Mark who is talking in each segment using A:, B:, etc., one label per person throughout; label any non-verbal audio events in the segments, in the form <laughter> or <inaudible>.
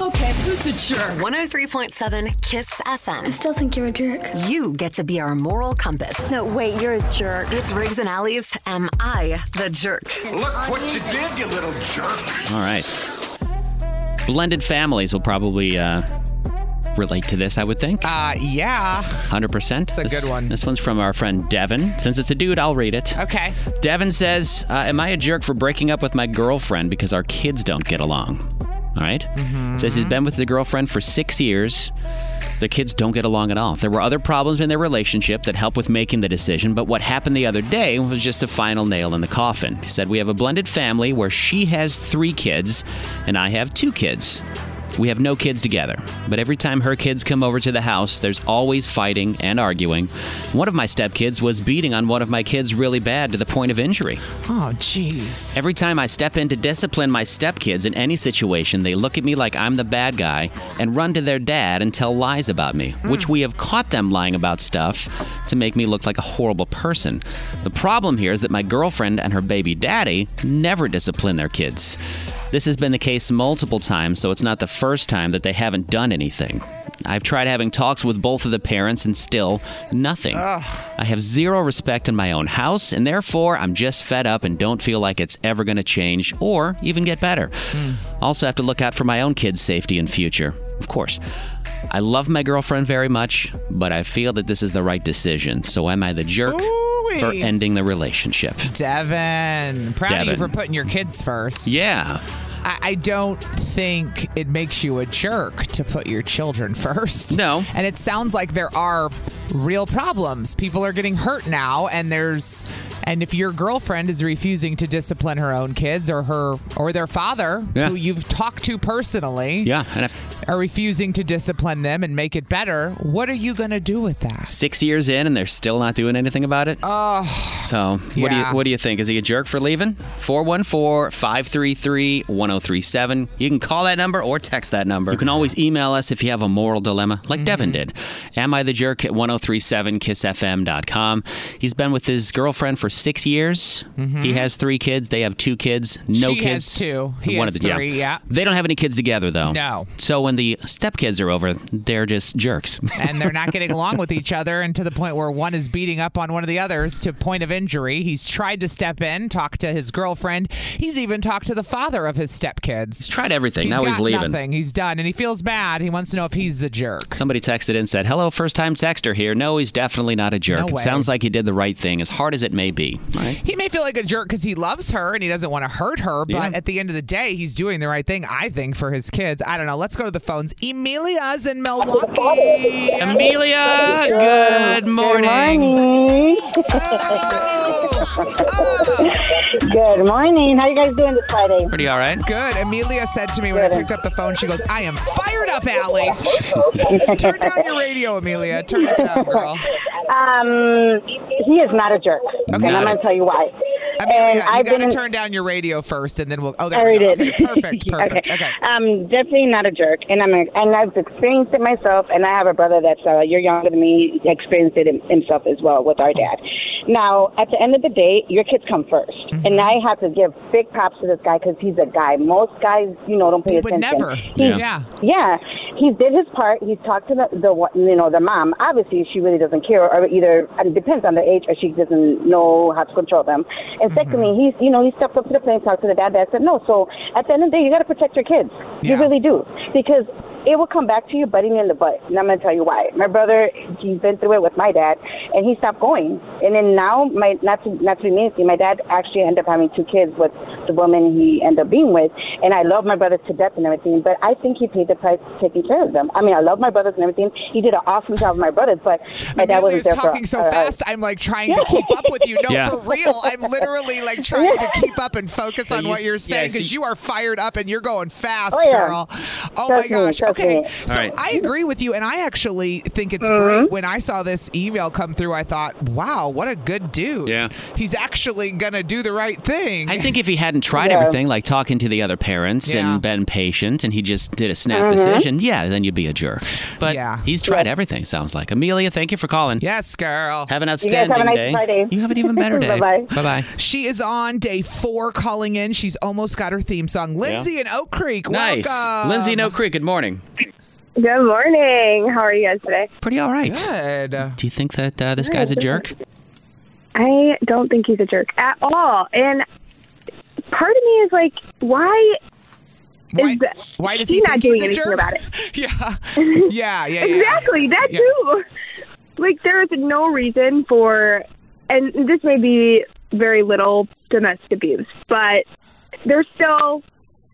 A: Okay, who's the jerk?
B: 103.7 Kiss
C: I
B: FM.
C: still think you're a jerk.
B: You get to be our moral compass.
C: No, wait, you're a jerk.
B: It's Riggs and Allies. Am I the jerk?
D: Look what you did, you little jerk.
E: All right. Blended families will probably uh, relate to this, I would think.
F: Uh, yeah.
E: 100%. It's
F: a good one.
E: This one's from our friend Devin. Since it's a dude, I'll read it.
F: Okay.
E: Devin says, uh, Am I a jerk for breaking up with my girlfriend because our kids don't get along? All right?
F: Mm-hmm.
E: Says he's been with the girlfriend for six years. The kids don't get along at all. There were other problems in their relationship that helped with making the decision, but what happened the other day was just the final nail in the coffin. He said, We have a blended family where she has three kids and I have two kids. We have no kids together, but every time her kids come over to the house, there's always fighting and arguing. One of my stepkids was beating on one of my kids really bad to the point of injury.
F: Oh, jeez.
E: Every time I step in to discipline my stepkids in any situation, they look at me like I'm the bad guy and run to their dad and tell lies about me, which we have caught them lying about stuff to make me look like a horrible person. The problem here is that my girlfriend and her baby daddy never discipline their kids. This has been the case multiple times, so it's not the first time that they haven't done anything. I've tried having talks with both of the parents and still nothing. I have zero respect in my own house, and therefore I'm just fed up and don't feel like it's ever going to change or even get better. Also, have to look out for my own kids' safety and future, of course. I love my girlfriend very much, but I feel that this is the right decision. So, am I the jerk
F: Ooh-wee.
E: for ending the relationship?
F: Devin. Proud of you
E: Devin.
F: for putting your kids first.
E: Yeah.
F: I, I don't think it makes you a jerk to put your children <laughs> first.
E: No.
F: And it sounds like there are real problems. People are getting hurt now, and there's. And if your girlfriend is refusing to discipline her own kids or her or their father,
E: Yeah.
F: who you've talked to personally,
E: Yeah. And I've
F: are refusing to discipline them and make it better, what are you going to do with that?
E: six years in and they're still not doing anything about it. Oh. So what do you
F: yeah.
E: what do you think? Is he a jerk for leaving? 414-533-1037. You can call that number or text that number. You can always email us if you have a moral dilemma, like
F: Mm-hmm.
E: Devin did. Am I the jerk at 1037kissfm.com. He's been with his girlfriend for six years. He has three kids. They have two kids. No
F: Mm-hmm. She has
E: kids.
F: two. He has three, yeah.
E: They don't have any kids together though.
F: No.
E: So when the stepkids are over, they're just jerks. <laughs>
F: and they're not getting along with each other and to the point where one is beating up on one of the others to point of injury. He's tried to step in, talk to his girlfriend. He's even talked to the father of his stepkids.
E: Tried everything.
F: He's
E: now
F: got
E: he's leaving.
F: nothing. He's done and he feels bad. He wants to know if he's the jerk.
E: Somebody texted and said, Hello, first time texter here. No, he's definitely not a jerk.
F: No
E: it
F: way.
E: sounds like he did the right thing, as hard as it may be.
F: He may feel like a jerk because he loves her and he doesn't want to hurt her, but
E: Yeah.
F: at the end of the day, he's doing the right thing, I think, for his kids. I don't know. Let's go to the phones. Emilia's in Milwaukee.
E: Amelia, good morning.
G: morning.
F: Ah!
G: Good morning. How you guys doing this Friday?
E: Pretty all right.
F: Good. Amelia said to me when I picked up the phone, she goes, I am fired up, Allie.
G: <laughs>
F: Turn down your radio, Amelia. Turn it down, girl.
G: Um, he is not a jerk, and
E: Not
G: I'm
E: a-
G: going to tell you why. and
F: Amelia, you
G: I've
F: got
G: been
F: to
G: in-
F: turn down your radio first, and then we'll. Oh,
G: I
F: there we
G: already
F: go.
G: did.
F: Okay,
G: <laughs>
F: perfect, perfect. Okay.
G: Um, definitely not a jerk, and I'm a, and I've experienced it myself, and I have a brother that's uh, you're younger than me, experienced it him- himself as well with our dad. Now, at the end of the day, your kids come 1st
F: Mm-hmm.
G: and I have to give big props to this guy because he's a guy. Most guys, you know, don't pay
F: He would
G: attention.
F: never.
G: He
E: Yeah.
F: Yeah.
G: Yeah, he did his part. He talked to the, the wa- you know the mom. Obviously, she really doesn't care, or either it depends on the age, or she doesn't know how to control them. And secondly, he's you know he stepped up to the plate, talked to the dad. Dad said no. So at the end of the day, you got to protect your kids.
F: Yeah.
G: You really do because it will come back to you biting you in the butt. And I'm going to tell you why. My brother, he's been through it with my dad,
H: and he stopped going. And then now, my not to not to be mean to you, my dad actually ended up having two kids with the woman he ended up being with. And I love my brothers to death and everything, but I think he paid the price taking care of them. I mean, I love my brothers and everything. He did an awesome job with my brothers, but my dad
F: Amelia
H: wasn't
F: is
H: there
F: talking
H: for.
F: so
H: uh,
F: fast. I'm like trying to keep up with you. No,
E: Yeah.
F: for real. I'm
H: <laughs>
F: literally like trying to keep up and focus on
E: you-
F: what you're
E: yeah,
F: saying because
E: she-
F: you are fired up and you're going fast,
H: Oh, yeah.
F: girl. Oh
H: Trust
F: my
H: me,
F: gosh.
H: trust
F: okay.
H: me. Mm-hmm.
F: So
E: All right.
F: I agree with you, and I actually think it's great. When I saw this email come through, I thought, wow, what a good dude.
E: Yeah.
F: He's actually gonna do the right thing.
E: I think if he hadn't tried
H: Yeah.
E: everything, like talking to the other parents
F: Yeah.
E: and been patient, and he just did a snap
H: Mm-hmm.
E: decision, yeah, then you'd be a jerk. But
F: Yeah.
E: he's tried everything. Sounds like Amelia. Thank you for calling.
F: yes, girl.
E: Have an
H: You guys
E: outstanding
H: have a nice
E: day.
H: Friday.
E: You have an
H: <laughs>
E: even better day.
H: Bye-bye.
E: Bye bye.
F: She is on day four calling in. She's almost got her theme song. Lindsay in Oak Creek.
E: Nice,
F: Welcome.
E: Lindsay. No Creek. Good morning.
I: Good morning. How are you guys today?
E: Pretty all right.
F: Good.
E: Do you think that uh, this guy's a jerk?
I: I don't think he's a jerk at all. And part of me is like, why
F: Why,
I: is that-
F: why does
I: he
F: he
I: not
F: think
I: doing
F: he's a
I: anything
F: jerk?
I: about it?
F: <laughs> Yeah.
I: <laughs>
F: Yeah, yeah, yeah.
I: Exactly, that
F: Yeah.
I: too. Like there is no reason for, and this may be very little domestic abuse, but they're still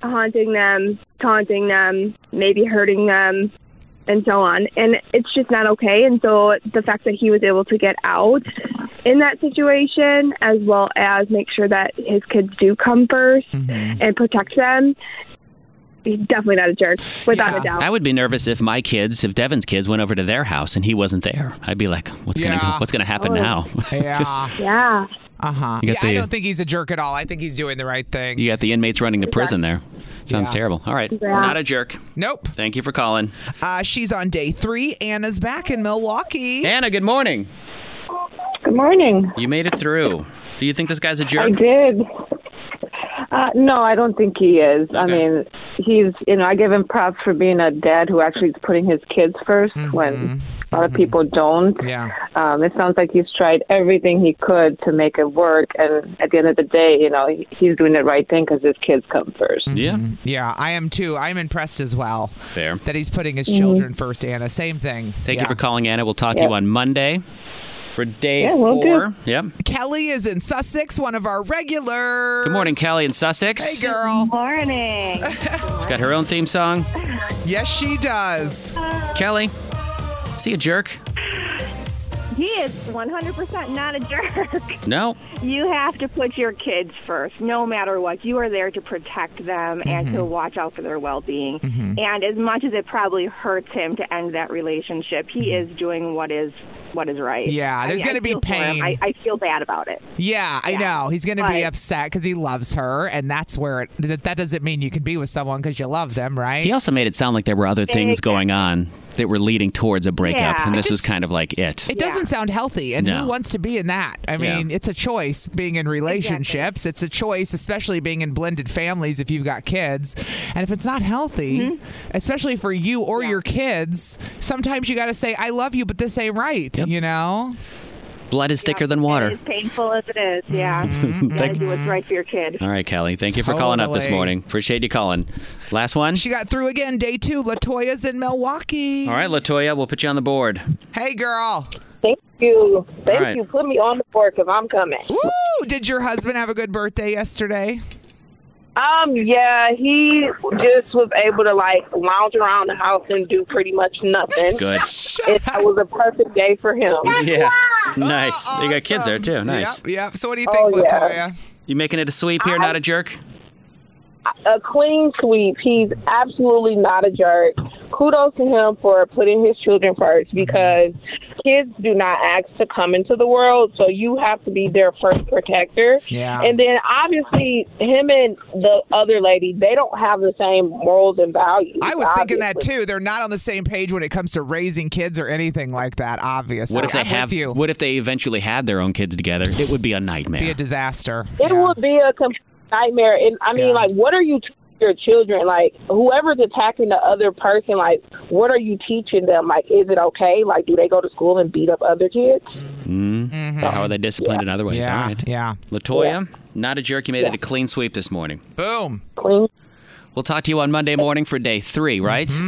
I: haunting them, taunting them, maybe hurting them, and so on. And it's just not okay. And so the fact that he was able to get out in that situation, as well as make sure that his kids do come 1st
F: Mm-hmm.
I: and protect them, he's definitely not a jerk, without
F: Yeah.
I: a doubt.
E: I would be nervous if my kids, if Devin's kids, went over to their house and he wasn't there. I'd be like, "What's gonna
F: Yeah. Oh.
E: go, What's gonna happen now?" <laughs>
F: Yeah.
E: Just-
I: yeah.
F: uh-huh.
E: You
F: Yeah,
E: got
F: I
E: the-
F: don't think he's a jerk at all. I think he's doing the right thing.
E: you got the inmates running the prison there. Sounds
F: Yeah.
E: terrible. All right, not a jerk.
F: Nope.
E: Thank you for calling,
F: Uh, she's on day three. Anna's back in Milwaukee.
E: Anna. Good morning.
G: Good morning.
E: You made it through. Do you think this guy's a
G: I
E: jerk?
G: did. Uh, no, I don't think he is. I
E: Okay.
G: mean, he's, you know, I give him props for being a dad who actually is putting his kids 1st when a lot of people don't.
F: Yeah.
G: Um, it sounds like he's tried everything he could to make it work. And at the end of the day, you know, he- he's doing the right thing because his kids come 1st
E: Yeah.
F: Yeah, I am too. I'm impressed as well
E: Fair.
F: that he's putting his
I: Mm-hmm.
F: children first, Anna. Same thing.
E: Thank
F: Yeah.
E: you for calling, Anna. We'll talk to you on Monday for day
G: Yeah, will do.
E: four. Yep.
F: Kelly is in Sussex, one of our regulars.
E: Good morning, Kelly in Sussex.
F: Hey, girl.
I: Morning.
E: She's got her own theme song.
F: Yes, she does.
E: Kelly, is he a jerk?
I: He is 100% not a jerk.
E: No.
I: You have to put your kids first, no matter what. You are there to protect them and
F: Mm-hmm.
I: to watch out for their well being. And as much as it probably hurts him to end that relationship, he is doing what is what is right.
F: Mm-hmm. Yeah, there's
I: I mean, I
F: gonna be
I: feel for him.
F: pain.
I: I, I feel bad about it.
F: Yeah, I know. He's going to be
I: Right.
F: upset because he loves her, and that's where it. That, that doesn't mean you can be with someone because you love them, right?
E: He also made it sound like there were other things going on that were leading towards a breakup,
I: Yeah.
E: and this was kind of like it.
F: It doesn't sound healthy, and
E: No.
F: who wants to be in that? I
E: Yeah.
F: mean, it's a choice being in relationships. It's a choice, especially being in blended families if you've got kids. And if it's not healthy, especially for you or your kids, sometimes you got to say, I love you, but this ain't right, you know?
E: Blood is thicker than water.
I: As painful as it is, yeah.
F: Mm-hmm.
I: you gotta
E: Thank-
I: do what's right for your kid.
E: All right, Kelly. Thank you for calling up this
F: Totally.
E: morning. Appreciate you calling. Last one.
F: She got through again, day two. Latoya's in Milwaukee.
E: All right, Latoya, we'll put you on the board.
F: Hey, girl.
G: Thank you.
E: Thank right. you.
G: Put me on the board because I'm coming.
F: Woo! Did your husband have a good birthday yesterday?
G: Um, yeah, he just was able to like lounge around the house and do pretty much nothing. <laughs>
E: Good.
G: It was a perfect day for him.
E: Yeah. Nice.
F: Oh,
E: You got kids there too.
F: awesome.
E: Nice.
F: Yep, yep. So what do you
G: Oh,
F: think,
G: yeah.
F: Latoya?
E: You making it a sweep here, not a jerk?
G: A clean sweep. He's absolutely not a jerk. Kudos to him for putting his children first
F: Mm-hmm.
G: because kids do not ask to come into the world, so you have to be their first protector.
F: Yeah.
G: And then obviously him and the other lady, they don't have the same morals and values.
F: I was thinking that
G: obviously.
F: too. They're not on the same page when it comes to raising kids or anything like that. Obviously,
E: What if they
F: I'm with
E: have?
F: you?
E: What if they eventually had their own kids together? It would be a nightmare.
F: be a disaster?
G: It
F: Yeah.
G: would be a complete nightmare. And I mean,
F: Yeah.
G: like, what are you teaching your children? Like, whoever's attacking the other person, like, what are you teaching them? Like, is it okay? Like, do they go to school and beat up other kids?
E: How are they disciplined in other ways?
F: Yeah,
E: All right.
F: yeah.
E: Latoya, not a jerk. You made it a clean sweep this morning.
F: Boom.
G: Clean.
E: We'll talk to you on Monday morning for day three, right? All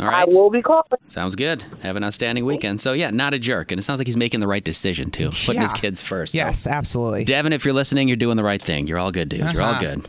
E: right.
J: I will be calling.
E: Sounds good. Have an outstanding weekend. So, yeah, not a jerk. And it sounds like he's making the right decision, too, putting his
F: Yeah.
E: kids first. So,
F: Yes, absolutely.
E: Devin, if you're listening, you're doing the right thing. You're all good, dude. You're all
F: Uh-huh.
E: good.